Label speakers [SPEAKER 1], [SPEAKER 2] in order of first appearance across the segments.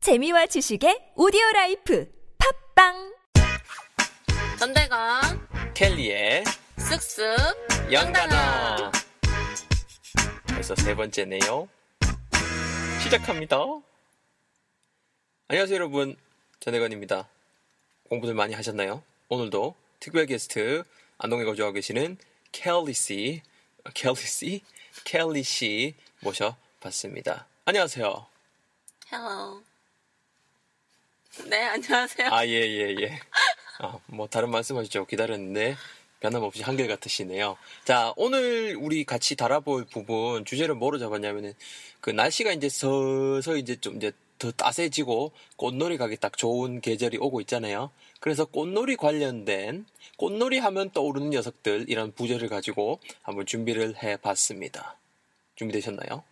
[SPEAKER 1] 재미와 지식의 오디오 라이프 팝빵
[SPEAKER 2] 전대건
[SPEAKER 3] 켈리의
[SPEAKER 2] 쓱쓱
[SPEAKER 3] 영단어 벌써 세 번째네요 시작합니다 안녕하세요 여러분 전혜건입니다 공부들 많이 하셨나요? 오늘도 특별 게스트 안동에 거주하고 계시는 켈리 씨 켈리 씨? 켈리 씨 모셔봤습니다 안녕하세요
[SPEAKER 2] 헬로 네 안녕하세요
[SPEAKER 3] 아 예 예예 아, 뭐 다른 말씀하시죠 기다렸는데 변함없이 한결 같으시네요. 자 오늘 우리 같이 달아볼 부분 주제를 뭐로 잡았냐면은 그 날씨가 이제 서서히 이제 좀 이제 더 따스해지고 꽃놀이 가기 딱 좋은 계절이 오고 있잖아요. 그래서 꽃놀이 관련된 꽃놀이 하면 떠오르는 녀석들 이런 부제를 가지고 한번 준비를 해봤습니다. 준비되셨나요?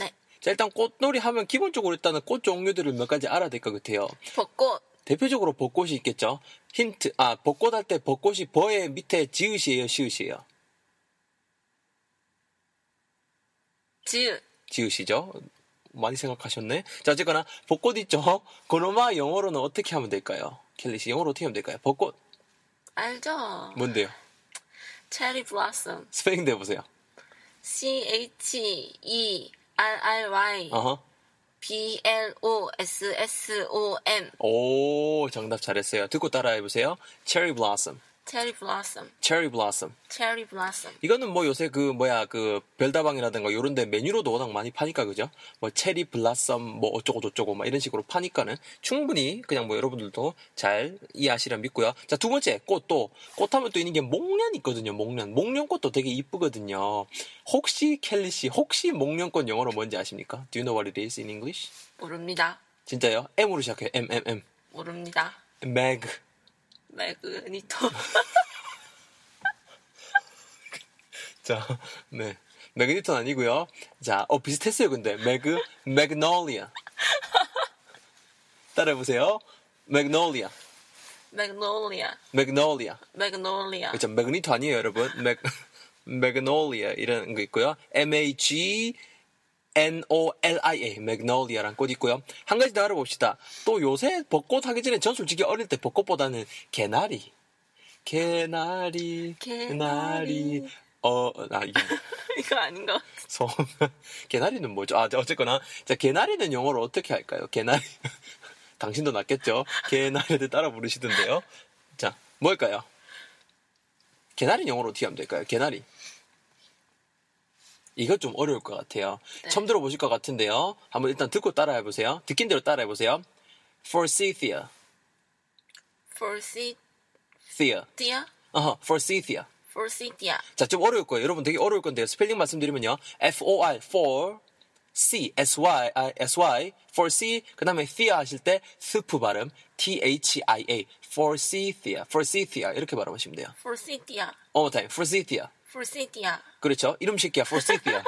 [SPEAKER 2] 네
[SPEAKER 3] 자 일단 꽃놀이 하면 기본적으로 일단은 꽃 종류들을 몇 가지 알아야 될 것 같아요.
[SPEAKER 2] 벚꽃
[SPEAKER 3] 대표적으로 벚꽃이 있겠죠. 힌트, 아, 벚꽃 할 때 벚꽃이 버의 밑에 지읒이에요, 시읒이에요?
[SPEAKER 2] 지읒
[SPEAKER 3] 지읒이죠. 많이 생각하셨네. 자, 어쨌거나, 벚꽃 있죠? 그놈아 영어로는 어떻게 하면 될까요? 켈리 씨, 영어로 어떻게 하면 될까요? 벚꽃,
[SPEAKER 2] 알죠
[SPEAKER 3] 뭔데요?
[SPEAKER 2] 체리 블라썸
[SPEAKER 3] 스페인 대보세요.
[SPEAKER 2] C H E R R Y
[SPEAKER 3] 어허.
[SPEAKER 2] B L O S S O M
[SPEAKER 3] 오, 정답 잘했어요. 듣고 따라해보세요. 체리 블라썸,
[SPEAKER 2] 체리 블라썸
[SPEAKER 3] 체리 블라썸.
[SPEAKER 2] 체리 블라썸
[SPEAKER 3] 이거는 뭐 요새 그 뭐야 그 별다방이라든가 요런 데 메뉴로도 워낙 많이 파니까 그죠? 뭐 체리 블라썸 뭐 어쩌고 저쩌고 막 이런 식으로 파니까는 충분히 그냥 뭐 여러분들도 잘 이해하시라 믿고요. 자, 두 번째 꽃도 꽃하면 또 있는 게 목련 있거든요. 목련. 목련꽃도 되게 이쁘거든요. 혹시 켈리 씨 혹시 목련꽃 영어로 뭔지 아십니까? Do you know what it is in English?
[SPEAKER 2] 모릅니다
[SPEAKER 3] 진짜요? M으로 시작해요. M M M.
[SPEAKER 2] 모릅니다
[SPEAKER 3] Mag.
[SPEAKER 2] 매그니토
[SPEAKER 3] 자, 네. 매그니턴 아니고요. 자, 어 비슷했어요. 근데 매그 맥놀리아. 따라해 보세요. 맥놀리아.
[SPEAKER 2] 맥놀리아
[SPEAKER 3] 맥놀리아.
[SPEAKER 2] 맥놀리아
[SPEAKER 3] 그렇죠. 매그니토 아니에요, 여러분. 맥 맥놀리아 이런 거 있고요. M A G N O L I A 맥놀리아란 꽃 있고요. 한 가지 더 알아봅시다. 또 요새 벚꽃 하기 전에 전 솔직히 어릴 때 벚꽃보다는 개나리. 개나리,
[SPEAKER 2] 개나리.
[SPEAKER 3] 개나리, 어, 아, 이게 뭐야.
[SPEAKER 2] 이거 아닌 것 같아
[SPEAKER 3] 소 개나리는 뭐죠? 아, 자, 어쨌거나 자 개나리는 영어로 어떻게 할까요? 개나리 당신도 낫겠죠? 개나리를 따라 부르시던데요. 자, 뭘까요? 개나리 영어로 어떻게 하면 될까요? 개나리. 이거 좀 어려울 것 같아요.
[SPEAKER 2] 네.
[SPEAKER 3] 처음 들어보실 것 같은데요. 한번 일단 듣고 따라해 보세요. 듣긴 대로 따라해 보세요. Forsythia,
[SPEAKER 2] Forsythia
[SPEAKER 3] thea, 어허, forsythia.
[SPEAKER 2] Forsythia
[SPEAKER 3] 자, 좀 어려울 거예요. 여러분 되게 어려울 건데요. 스펠링 말씀드리면요. F O R for C S Y I S Y for C 그다음에 thea 하실 때 스프 발음 T H I A for C thea for C thea 이렇게 발음하시면 돼요.
[SPEAKER 2] Forsythia
[SPEAKER 3] One more time for C thea
[SPEAKER 2] Forsythia
[SPEAKER 3] 그렇죠. 이름 새끼야 for C thea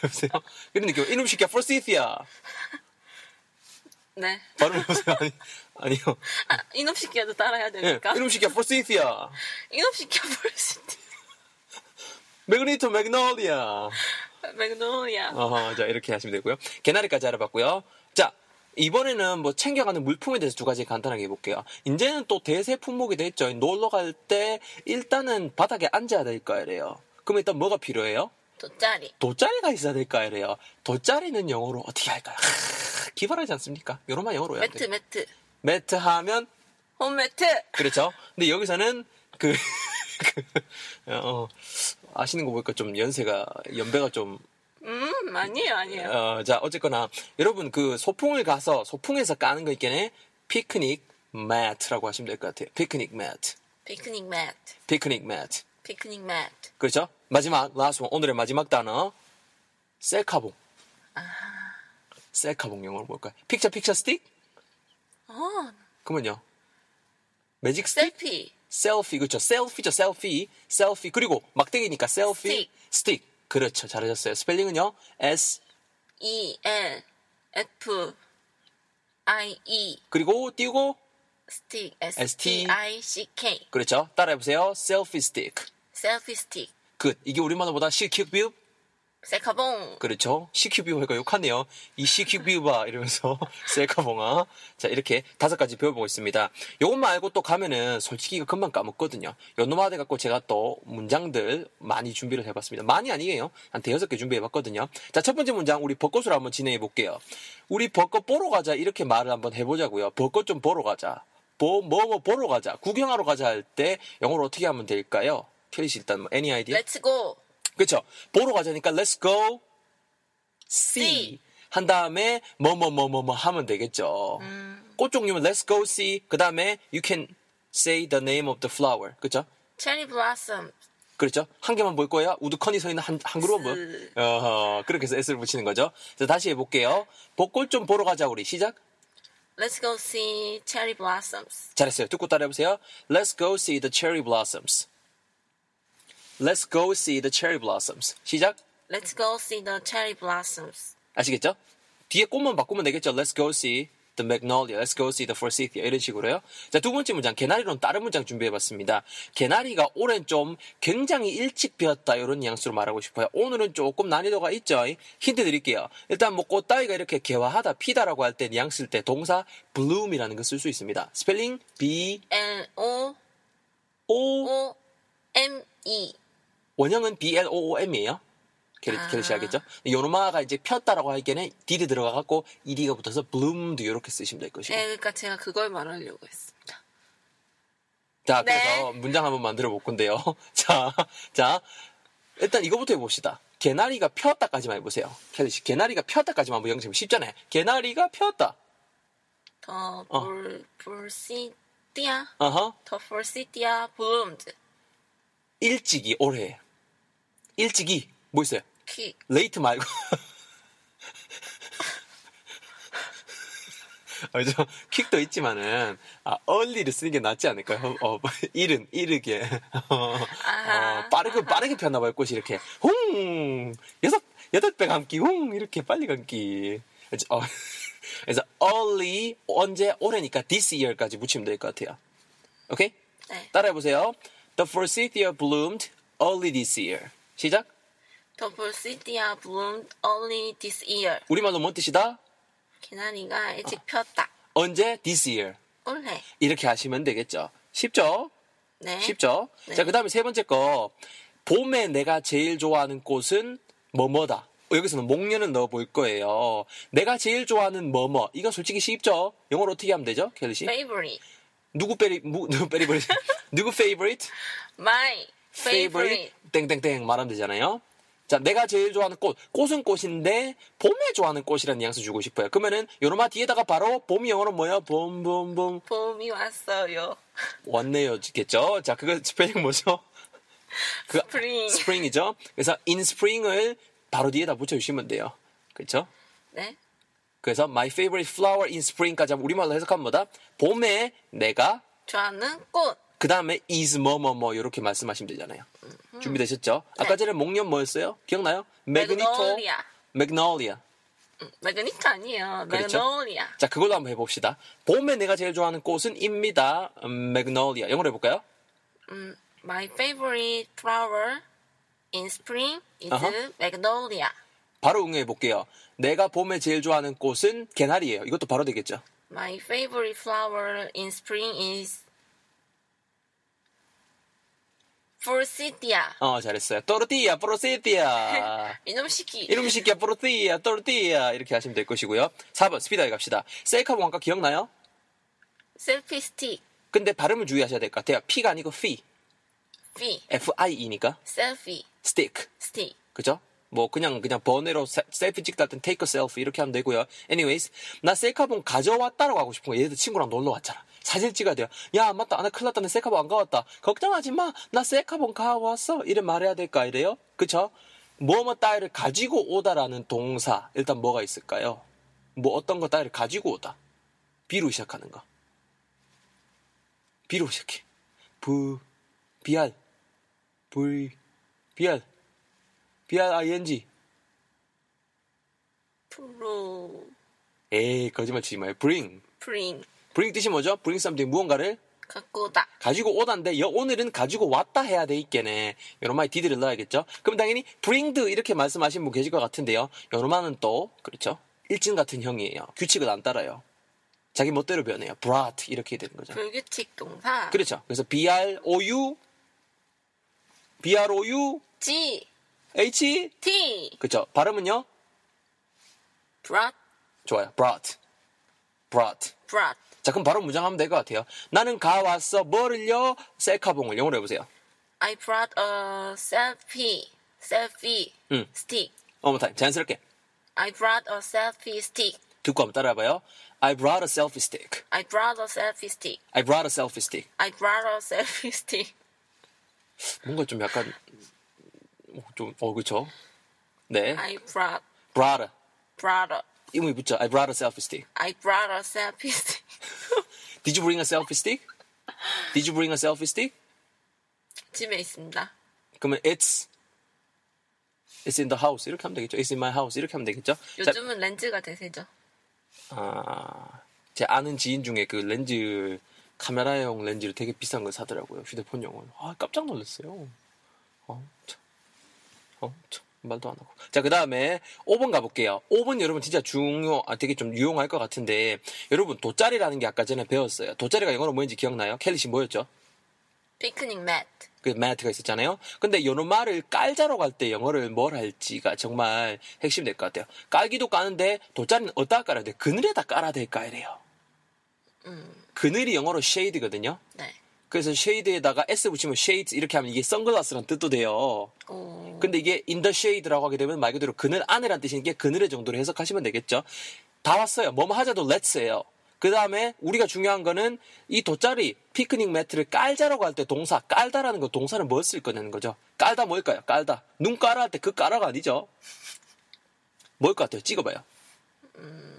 [SPEAKER 3] 보세요. 이런 느낌. 이름 새끼야 for C thea
[SPEAKER 2] 네.
[SPEAKER 3] 발음 보세요. 아니, 아니요.
[SPEAKER 2] 아, 이놈 시키야도 따라해야
[SPEAKER 3] 예,
[SPEAKER 2] 되니까.
[SPEAKER 3] 이름 새끼야 for C thea
[SPEAKER 2] 이놈 시키야 볼시티.
[SPEAKER 3] Magneto Magnolia.
[SPEAKER 2] 맥노리아.
[SPEAKER 3] 어허, 자, 이렇게 하시면 되고요. 개나리까지 알아봤고요. 자, 이번에는 뭐 챙겨가는 물품에 대해서 두 가지 간단하게 해볼게요. 이제는 또 대세 품목이 됐죠. 놀러 갈 때 일단은 바닥에 앉아야 될 거예요. 그럼 일단 뭐가 필요해요?
[SPEAKER 2] 돗자리.
[SPEAKER 3] 돗자리가 있어야 될 거예요. 돗자리는 영어로 어떻게 할까요? 하, 기발하지 않습니까? 요런만 영어로 해야
[SPEAKER 2] 매트,
[SPEAKER 3] 돼요.
[SPEAKER 2] 매트.
[SPEAKER 3] 매트 하면
[SPEAKER 2] 홈매트.
[SPEAKER 3] 그렇죠. 근데 여기서는 그, 그 어, 아시는 거 보니까 좀 연세가 연배가 좀
[SPEAKER 2] 음, 아니에요, 아니에요.
[SPEAKER 3] 어, 자, 어쨌거나, 여러분, 그 소풍을 가서, 소풍에서 까는 거 있겠네? 피크닉 매트라고 하시면 될 것 같아요. 피크닉 매트.
[SPEAKER 2] 피크닉 매트.
[SPEAKER 3] 피크닉 매트.
[SPEAKER 2] 피크닉 매트.
[SPEAKER 3] 그렇죠? 마지막, 라스트 원. 오늘의 마지막 단어. 셀카봉. 셀카봉 영어로 뭘까요? 픽처 픽처 스틱?
[SPEAKER 2] 어,
[SPEAKER 3] 그러면요. 매직 스틱?
[SPEAKER 2] 셀피.
[SPEAKER 3] 셀피 그렇죠 셀피죠 셀피 셀피 그리고 막대기니까 셀피
[SPEAKER 2] 스틱.
[SPEAKER 3] 스틱 그렇죠 잘하셨어요 스펠링은요 S
[SPEAKER 2] E, L, F, I, E.
[SPEAKER 3] 그리고 띄우고
[SPEAKER 2] 스틱. S,
[SPEAKER 3] ST.
[SPEAKER 2] T, I, C, K.
[SPEAKER 3] 그렇죠 따라해보세요 셀피 스틱
[SPEAKER 2] 셀피 스틱.
[SPEAKER 3] 끝. 이게 우리말로보다 실키뷰
[SPEAKER 2] 세카봉.
[SPEAKER 3] 그렇죠. CQB 이거 욕하네요. 이 CQB 봐 이러면서 셀카봉아. 자 이렇게 다섯 가지 배워보고 있습니다. 요것만 알고 또 가면은 솔직히 이거 금방 까먹거든요. 연노마대 갖고 제가 또 문장들 많이 준비를 해봤습니다. 많이 아니에요. 한 대여섯 개 준비해봤거든요. 자 첫 번째 문장 우리 벚꽃으로 한번 진행해 볼게요. 우리 벚꽃 보러 가자 이렇게 말을 한번 해보자고요. 벚꽃 좀 보러 가자. 뭐 뭐 뭐 보러 가자. 구경하러 가자 할 때 영어로 어떻게 하면 될까요? 캐리 씨 일단 뭐 애니
[SPEAKER 2] 예.
[SPEAKER 3] 아이디어?
[SPEAKER 2] 렛츠고.
[SPEAKER 3] 그렇죠. 보러 가자니까 let's go see
[SPEAKER 2] See.
[SPEAKER 3] 한 다음에 뭐 뭐 뭐 뭐 뭐 하면 되겠죠. 꽃 종류면 let's go see 그 다음에 you can say the name of the flower 그렇죠.
[SPEAKER 2] 체리 블라썸.
[SPEAKER 3] 그렇죠. 한 개만 볼 거야. 우두커니 서 있는 한, 한 그룹은 뭐.
[SPEAKER 2] S.
[SPEAKER 3] 어허, 그렇게 해서 S를 붙이는 거죠. 자, 다시 해볼게요. 벚꽃 좀 보러 가자, 우리. 시작.
[SPEAKER 2] Let's go see cherry blossoms.
[SPEAKER 3] 잘했어요. 듣고 따라해보세요. Let's go see the cherry blossoms. Let's go see the cherry blossoms. 시작.
[SPEAKER 2] Let's go see the cherry blossoms.
[SPEAKER 3] 아시겠죠? 뒤에 꽃만 바꾸면 되겠죠. Let's go see the magnolia. Let's go see the forsythia. 이런 식으로요. 자, 두 번째 문장. 개나리로는 다른 문장 준비해봤습니다. 개나리가 올해는 좀 굉장히 일찍 피었다. 이런 뉘앙스로 말하고 싶어요. 오늘은 조금 난이도가 있죠. 힌트 드릴게요. 일단 뭐 꽃다위가 이렇게 개화하다, 피다라고 할 때 뉘앙스일 때 동사 bloom이라는 걸 쓸 수 있습니다. 스펠링 B
[SPEAKER 2] L O
[SPEAKER 3] O
[SPEAKER 2] O M E.
[SPEAKER 3] 원형은 B L O O M이에요. 게리,
[SPEAKER 2] 아.
[SPEAKER 3] 게리 씨 알겠죠? 요노마가 이제 폈다라고 하기에는 디드 들어가갖고 이디가 붙어서 bloom도 이렇게 쓰시면 될 것이고.
[SPEAKER 2] 네, 그러니까 제가 그걸 말하려고 했습니다.
[SPEAKER 3] 자,
[SPEAKER 2] 네.
[SPEAKER 3] 그래서 문장 한번 만들어 볼 건데요. 자, 자, 일단 이거부터 해봅시다. 개나리가 폈다까지만 해보세요. 캐리 씨, 개나리가 폈다까지만 한번 영심 쉽잖아요. 개나리가 폈다.
[SPEAKER 2] 더
[SPEAKER 3] 어.
[SPEAKER 2] 볼, 볼시디아,
[SPEAKER 3] 어허.
[SPEAKER 2] 더 볼시디아 블룸드,
[SPEAKER 3] 일찍이 올해. 일찍이 뭐 있어요?
[SPEAKER 2] 키,
[SPEAKER 3] 레이트 말고. 그죠? 어, 킥도 있지만은, 아, 얼리를 쓰는 게 낫지 않을까요? 어, 이른, 이르게. 어,
[SPEAKER 2] 아하.
[SPEAKER 3] 빠르게, 빠르게 폈나봐요, 꽃이 이렇게. 홍! 여섯, 여덟 배 감기, 홍! 이렇게 빨리 감기. 그래서, 어, 그래서 early, 언제, 올해니까 this year까지 붙이면 될 것 같아요. 오케이?
[SPEAKER 2] 네,
[SPEAKER 3] 따라해보세요. The forsythia bloomed early this year. 시작.
[SPEAKER 2] 더 볼시디아 블룸드 only this year.
[SPEAKER 3] 우리말로 뭔 뜻이다?
[SPEAKER 2] 개나리가 일찍 폈다.
[SPEAKER 3] 언제? This year.
[SPEAKER 2] 올해.
[SPEAKER 3] 이렇게 하시면 되겠죠. 쉽죠?
[SPEAKER 2] 네.
[SPEAKER 3] 쉽죠?
[SPEAKER 2] 네.
[SPEAKER 3] 자, 그 다음에 세 번째 거. 봄에 내가 제일 좋아하는 꽃은 뭐뭐다. 어, 여기서는 목련을 넣어볼 거예요. 내가 제일 좋아하는 뭐뭐. 이건 솔직히 쉽죠? 영어로 어떻게 하면 되죠? 켈리 씨?
[SPEAKER 2] favorite.
[SPEAKER 3] 누구 페리, 무, 누구 페리, 누구 favorite?
[SPEAKER 2] my favorite.
[SPEAKER 3] favorite 땡땡땡 말하면 되잖아요. 자, 내가 제일 좋아하는 꽃. 꽃은 꽃인데 봄에 좋아하는 꽃이라는 뉘앙스 주고 싶어요. 그러면은 요놈아 뒤에다가 바로 봄이 영어로 뭐야? 봄 봄봄
[SPEAKER 2] 봄이 왔어요.
[SPEAKER 3] 원내어겠죠. 자, 그거 스펠링 뭐죠? 그
[SPEAKER 2] Spring.
[SPEAKER 3] spring이죠. 그래서 in spring을 바로 뒤에다 붙여 주시면 돼요. 그렇죠?
[SPEAKER 2] 네.
[SPEAKER 3] 그래서 my favorite flower in spring까지 하면 우리말로 해석하면 뭐다? 봄에 내가
[SPEAKER 2] 좋아하는 꽃.
[SPEAKER 3] 그 다음에 is 뭐뭐뭐 이렇게 말씀하시면 되잖아요. 준비되셨죠? 아까 전에 목련 뭐였어요? 기억나요? 매그니토
[SPEAKER 2] Magnolia.
[SPEAKER 3] 맥놀리아.
[SPEAKER 2] 음, 매그니트 아니에요.
[SPEAKER 3] 그렇죠?
[SPEAKER 2] 매그놀리아.
[SPEAKER 3] 자 그걸로 한번 해봅시다. 봄에 내가 제일 좋아하는 꽃은 입니다. 맥놀리아. 영어로 해볼까요?
[SPEAKER 2] 음, my favorite flower in spring is
[SPEAKER 3] 아하.
[SPEAKER 2] magnolia.
[SPEAKER 3] 바로 응용해 볼게요. 내가 봄에 제일 좋아하는 꽃은 개나리예요. 이것도 바로 되겠죠?
[SPEAKER 2] My favorite flower in spring is forsythia.
[SPEAKER 3] 어 잘했어요. 또르티야, 프로세티야.
[SPEAKER 2] 이놈 시키.
[SPEAKER 3] 이름 쉽게 프로티야, 또르티야 이렇게 하시면 될 것이고요. 4번 스피드하게 갑시다. 셀카봉 아까 기억나요?
[SPEAKER 2] 셀피 스틱.
[SPEAKER 3] 근데 발음을 주의하셔야 될 것 같아요. P가 아니고 F,
[SPEAKER 2] B.
[SPEAKER 3] F I E니까
[SPEAKER 2] 셀피
[SPEAKER 3] stick.
[SPEAKER 2] 스틱.
[SPEAKER 3] 그죠? 뭐 그냥 그냥 번외로 세- 셀프 찍다 땐 테이크 셀프 이렇게 하면 되고요. anyways 나 셀카봉 가져왔다라고 하고 싶은 거 얘들 친구랑 놀러 왔잖아. 사진 찍어야 돼요. 야 맞다 아, 나 큰일 났다 내 셀카봉 안 가왔다. 걱정하지 마. 나 셀카봉 가왔어. 이래 말해야 될까 이래요? 그쵸? 뭐뭐 따위를 가지고 오다라는 동사 일단 뭐가 있을까요? 뭐 어떤 거 따위를 가지고 오다. 비로 시작하는 거. 비로 시작해. 부 비알 불 비알 B-R-I-N-G.
[SPEAKER 2] 프로
[SPEAKER 3] 에이, 거짓말 치지 마요. bring.
[SPEAKER 2] 프린.
[SPEAKER 3] bring 뜻이 뭐죠? bring something, 무언가를
[SPEAKER 2] 갖고 오다.
[SPEAKER 3] 가지고 오다인데 여- 오늘은 가지고 왔다 해야 돼 있겠네. 요런 말에 디드를 넣어야겠죠? 그럼 당연히 bringed 이렇게 말씀하신 분 계실 것 같은데요. 요런 말은 또 그렇죠? 일진 같은 형이에요. 규칙을 안 따라요. 자기 멋대로 변해요. brought 이렇게 되는 거죠.
[SPEAKER 2] 불규칙 동사.
[SPEAKER 3] 그렇죠. 그래서 b r o u b r o u
[SPEAKER 2] G
[SPEAKER 3] h
[SPEAKER 2] T
[SPEAKER 3] 그렇죠. 발음은요?
[SPEAKER 2] brought
[SPEAKER 3] 좋아요. brought brought
[SPEAKER 2] brought
[SPEAKER 3] 자 그럼 바로 문장하면 될 것 같아요. 나는 가왔어 뭐를요? 셀카봉을 영어로 해보세요.
[SPEAKER 2] I brought a selfie selfie
[SPEAKER 3] 음.
[SPEAKER 2] stick.
[SPEAKER 3] 어머 타임 자연스럽게
[SPEAKER 2] I brought a selfie stick.
[SPEAKER 3] 듣고 한번 따라해봐요. I brought a selfie stick.
[SPEAKER 2] I brought a selfie stick.
[SPEAKER 3] I brought a selfie stick.
[SPEAKER 2] I brought a selfie stick.
[SPEAKER 3] 뭔가 좀 약간 좀어 그쵸? 네.
[SPEAKER 2] I brought
[SPEAKER 3] brought a
[SPEAKER 2] brought a
[SPEAKER 3] 이름이 붙죠. I brought a selfie stick.
[SPEAKER 2] I brought a selfie stick.
[SPEAKER 3] Did you bring a selfie stick? Did you bring a selfie stick?
[SPEAKER 2] 집에 있습니다.
[SPEAKER 3] 그러면 it's it's in the house 이렇게 하면 되겠죠. It's in my house 이렇게 하면 되겠죠. 자,
[SPEAKER 2] 요즘은 렌즈가 대세죠.
[SPEAKER 3] 아, 제 아는 지인 중에 그 렌즈 카메라용 렌즈를 되게 비싼 걸 사더라고요. 휴대폰용은. 아, 깜짝 놀랐어요. 어, 참. 어, 참. 말도 안 하고. 자, 그 다음에 5번 가볼게요. 5번 여러분 진짜 중요, 아, 되게 좀 유용할 것 같은데, 여러분 돗자리라는 게 아까 전에 배웠어요. 돗자리가 영어로 뭐였는지 기억나요? 켈리 씨 뭐였죠?
[SPEAKER 2] 피크닉 매트.
[SPEAKER 3] 그 매트가 있었잖아요. 근데 요런 말을 깔자로 갈 때 영어를 뭘 할지가 정말 핵심 될 것 같아요. 깔기도 까는데 돗자리는 어디다 깔아야 돼? 그늘에다 깔아야 될 까이래요. 그늘이 영어로 shade거든요.
[SPEAKER 2] 네.
[SPEAKER 3] 그래서 shade에다가 s 붙이면 shades 이렇게 하면 이게 선글라스란 뜻도 돼요.
[SPEAKER 2] 오.
[SPEAKER 3] 근데 이게 in the shade라고 하게 되면 말 그대로 그늘 안에란 뜻이니까 그늘의 정도로 해석하시면 되겠죠. 다 왔어요. 뭐뭐 하자도 let's예요. 그 다음에 우리가 중요한 거는 이 돗자리 피크닉 매트를 깔자라고 할 때 동사 깔다라는 거 동사는 뭘 쓸 거냐는 거죠. 깔다 뭘까요? 깔다. 눈 깔아 할 때 그 깔아가 아니죠. 뭘 것 같아요? 찍어봐요.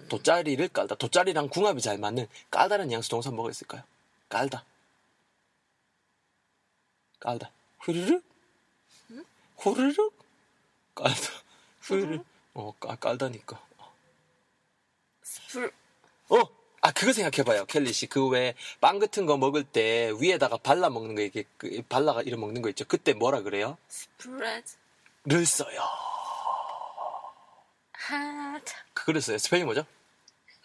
[SPEAKER 3] 돗자리를 깔다. 돗자리랑 궁합이 잘 맞는 깔다라는 양수 동사 뭐가 있을까요? 깔다. 깔다. 후루룩. 후루룩. 깔다. 후루룩. 어, 깔, 깔다니까.
[SPEAKER 2] 불.
[SPEAKER 3] 어! 아, 그거 생각해봐요, 켈리 씨. 그 외에 빵 같은 거 먹을 때 위에다가 발라 먹는 거, 이게, 그, 발라가 이런 먹는 거 있죠. 그때 뭐라 그래요?
[SPEAKER 2] 스프레드.
[SPEAKER 3] 를 써요.
[SPEAKER 2] 하자.
[SPEAKER 3] 그걸 써요. 스펠링 뭐죠?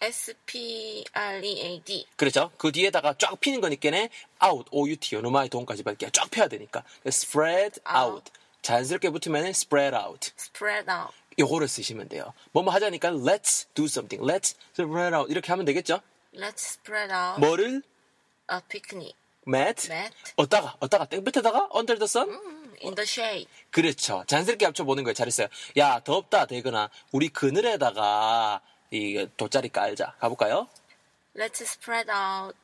[SPEAKER 2] S P R E A D.
[SPEAKER 3] 그렇죠. 그 뒤에다가 쫙 피는 거니까네. out, out, 요놈아의 돈까지 밝게 쫙 펴야 되니까. spread out. 자연스럽게 붙으면 spread out.
[SPEAKER 2] Spread out.
[SPEAKER 3] 요거를 쓰시면 돼요. 뭐뭐 하자니까 let's do something. let's spread out. 이렇게 하면 되겠죠?
[SPEAKER 2] Let's spread out
[SPEAKER 3] 뭐를
[SPEAKER 2] a picnic
[SPEAKER 3] mat,
[SPEAKER 2] mat.
[SPEAKER 3] 어디다가, 어디다가, 땡 밑에다가 under the sun?
[SPEAKER 2] in the shade.
[SPEAKER 3] 그렇죠. 자연스럽게 합쳐보는 거예요. 잘했어요. 야, 덥다 되거나 우리 그늘에다가 이 돗자리 깔자. 가볼까요?
[SPEAKER 2] Let's spread out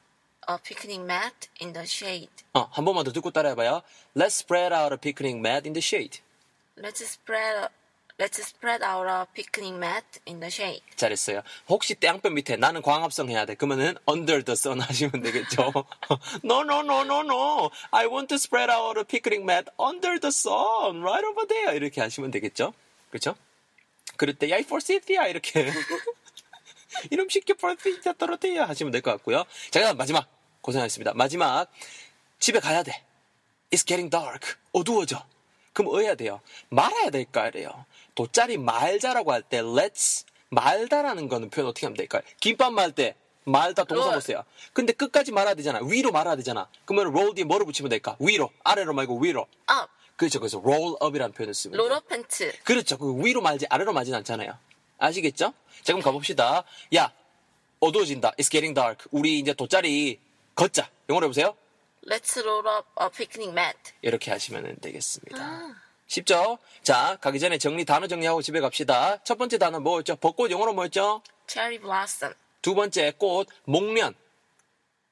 [SPEAKER 2] a picnic mat in the shade.
[SPEAKER 3] 어, 한 번만 더 듣고 따라해봐요. Let's spread out a picnic mat in the shade.
[SPEAKER 2] Let's spread Let's spread out a picnic mat in the shade.
[SPEAKER 3] 잘했어요. 혹시 땡볕 밑에 나는 광합성 해야 돼. 그러면은 under the sun 하시면 되겠죠. no, no, no, no, no. I want to spread out a picnic mat under the sun right over there. 이렇게 하시면 되겠죠. 그렇죠? 그럴 때 야이 forsythia 이렇게 이름 쉽게 forsythia 떨어뜨려 하시면 될 것 같고요. 자, 그다음 마지막 고생하셨습니다. 마지막 집에 가야 돼. It's getting dark. 어두워져. 그럼 어해야 돼요. 말아야 될까 이래요. 돗자리 말자라고 할 때 let's 말다라는 거는 표현 어떻게 하면 될까요? 김밥 말 때 말다 동사
[SPEAKER 2] roll.
[SPEAKER 3] 보세요. 근데 끝까지 말아야 되잖아. 위로 말아야 되잖아. 그러면 roll 뒤에 뭐를 붙이면 될까? 위로. 아래로 말고 위로.
[SPEAKER 2] Up.
[SPEAKER 3] 그렇죠. 그래서 roll up이라는 표현을 쓰면 돼요.
[SPEAKER 2] 로러 팬츠.
[SPEAKER 3] 그렇죠. 그 위로 말지 아래로 말진 않잖아요. 아시겠죠? 자, 그럼 가봅시다. 야, 어두워진다. It's getting dark. 우리 이제 돗자리 걷자. 영어로 해보세요.
[SPEAKER 2] Let's roll up a picnic mat.
[SPEAKER 3] 이렇게 하시면 되겠습니다. 쉽죠? 자, 가기 전에 정리 단어 정리하고 집에 갑시다. 첫 번째 단어 뭐였죠? 벚꽃 영어로 뭐였죠?
[SPEAKER 2] Cherry blossom.
[SPEAKER 3] 두 번째 꽃, 목련.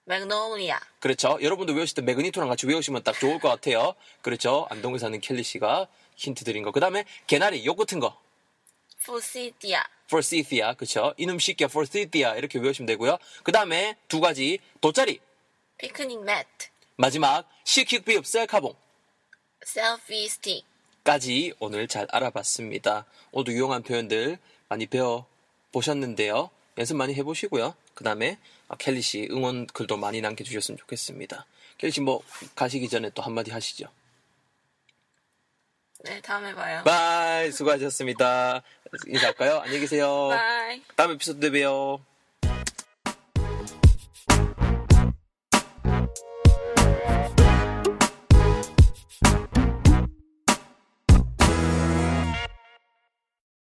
[SPEAKER 2] Magnolia.
[SPEAKER 3] 그렇죠. 여러분도 외우실 때 매그니토랑 같이 외우시면 딱 좋을 것 같아요. 그렇죠. 안동에 사는 켈리 씨가 힌트 드린 거. 그 다음에 개나리, 요 같은 거.
[SPEAKER 2] Forsythia.
[SPEAKER 3] forsythia, 그쵸? 이놈 새끼야, forsythia 이렇게 외우시면 되고요. 그 다음에 두 가지 돗자리,
[SPEAKER 2] Picnic mat.
[SPEAKER 3] 마지막 시킥비읍 셀카봉까지
[SPEAKER 2] Selfie stick.
[SPEAKER 3] 오늘 잘 알아봤습니다. 오늘도 유용한 표현들 많이 배워 보셨는데요. 연습 많이 해보시고요. 그 다음에 켈리 씨 응원 글도 많이 남겨주셨으면 좋겠습니다. 켈리 씨 뭐 가시기 전에 또 한마디 하시죠.
[SPEAKER 2] 네, 다음에 봐요.
[SPEAKER 3] 바이 수고하셨습니다. 인사할까요? 안녕히 계세요.
[SPEAKER 2] 바이.
[SPEAKER 3] 다음 에피소드 때 봬요.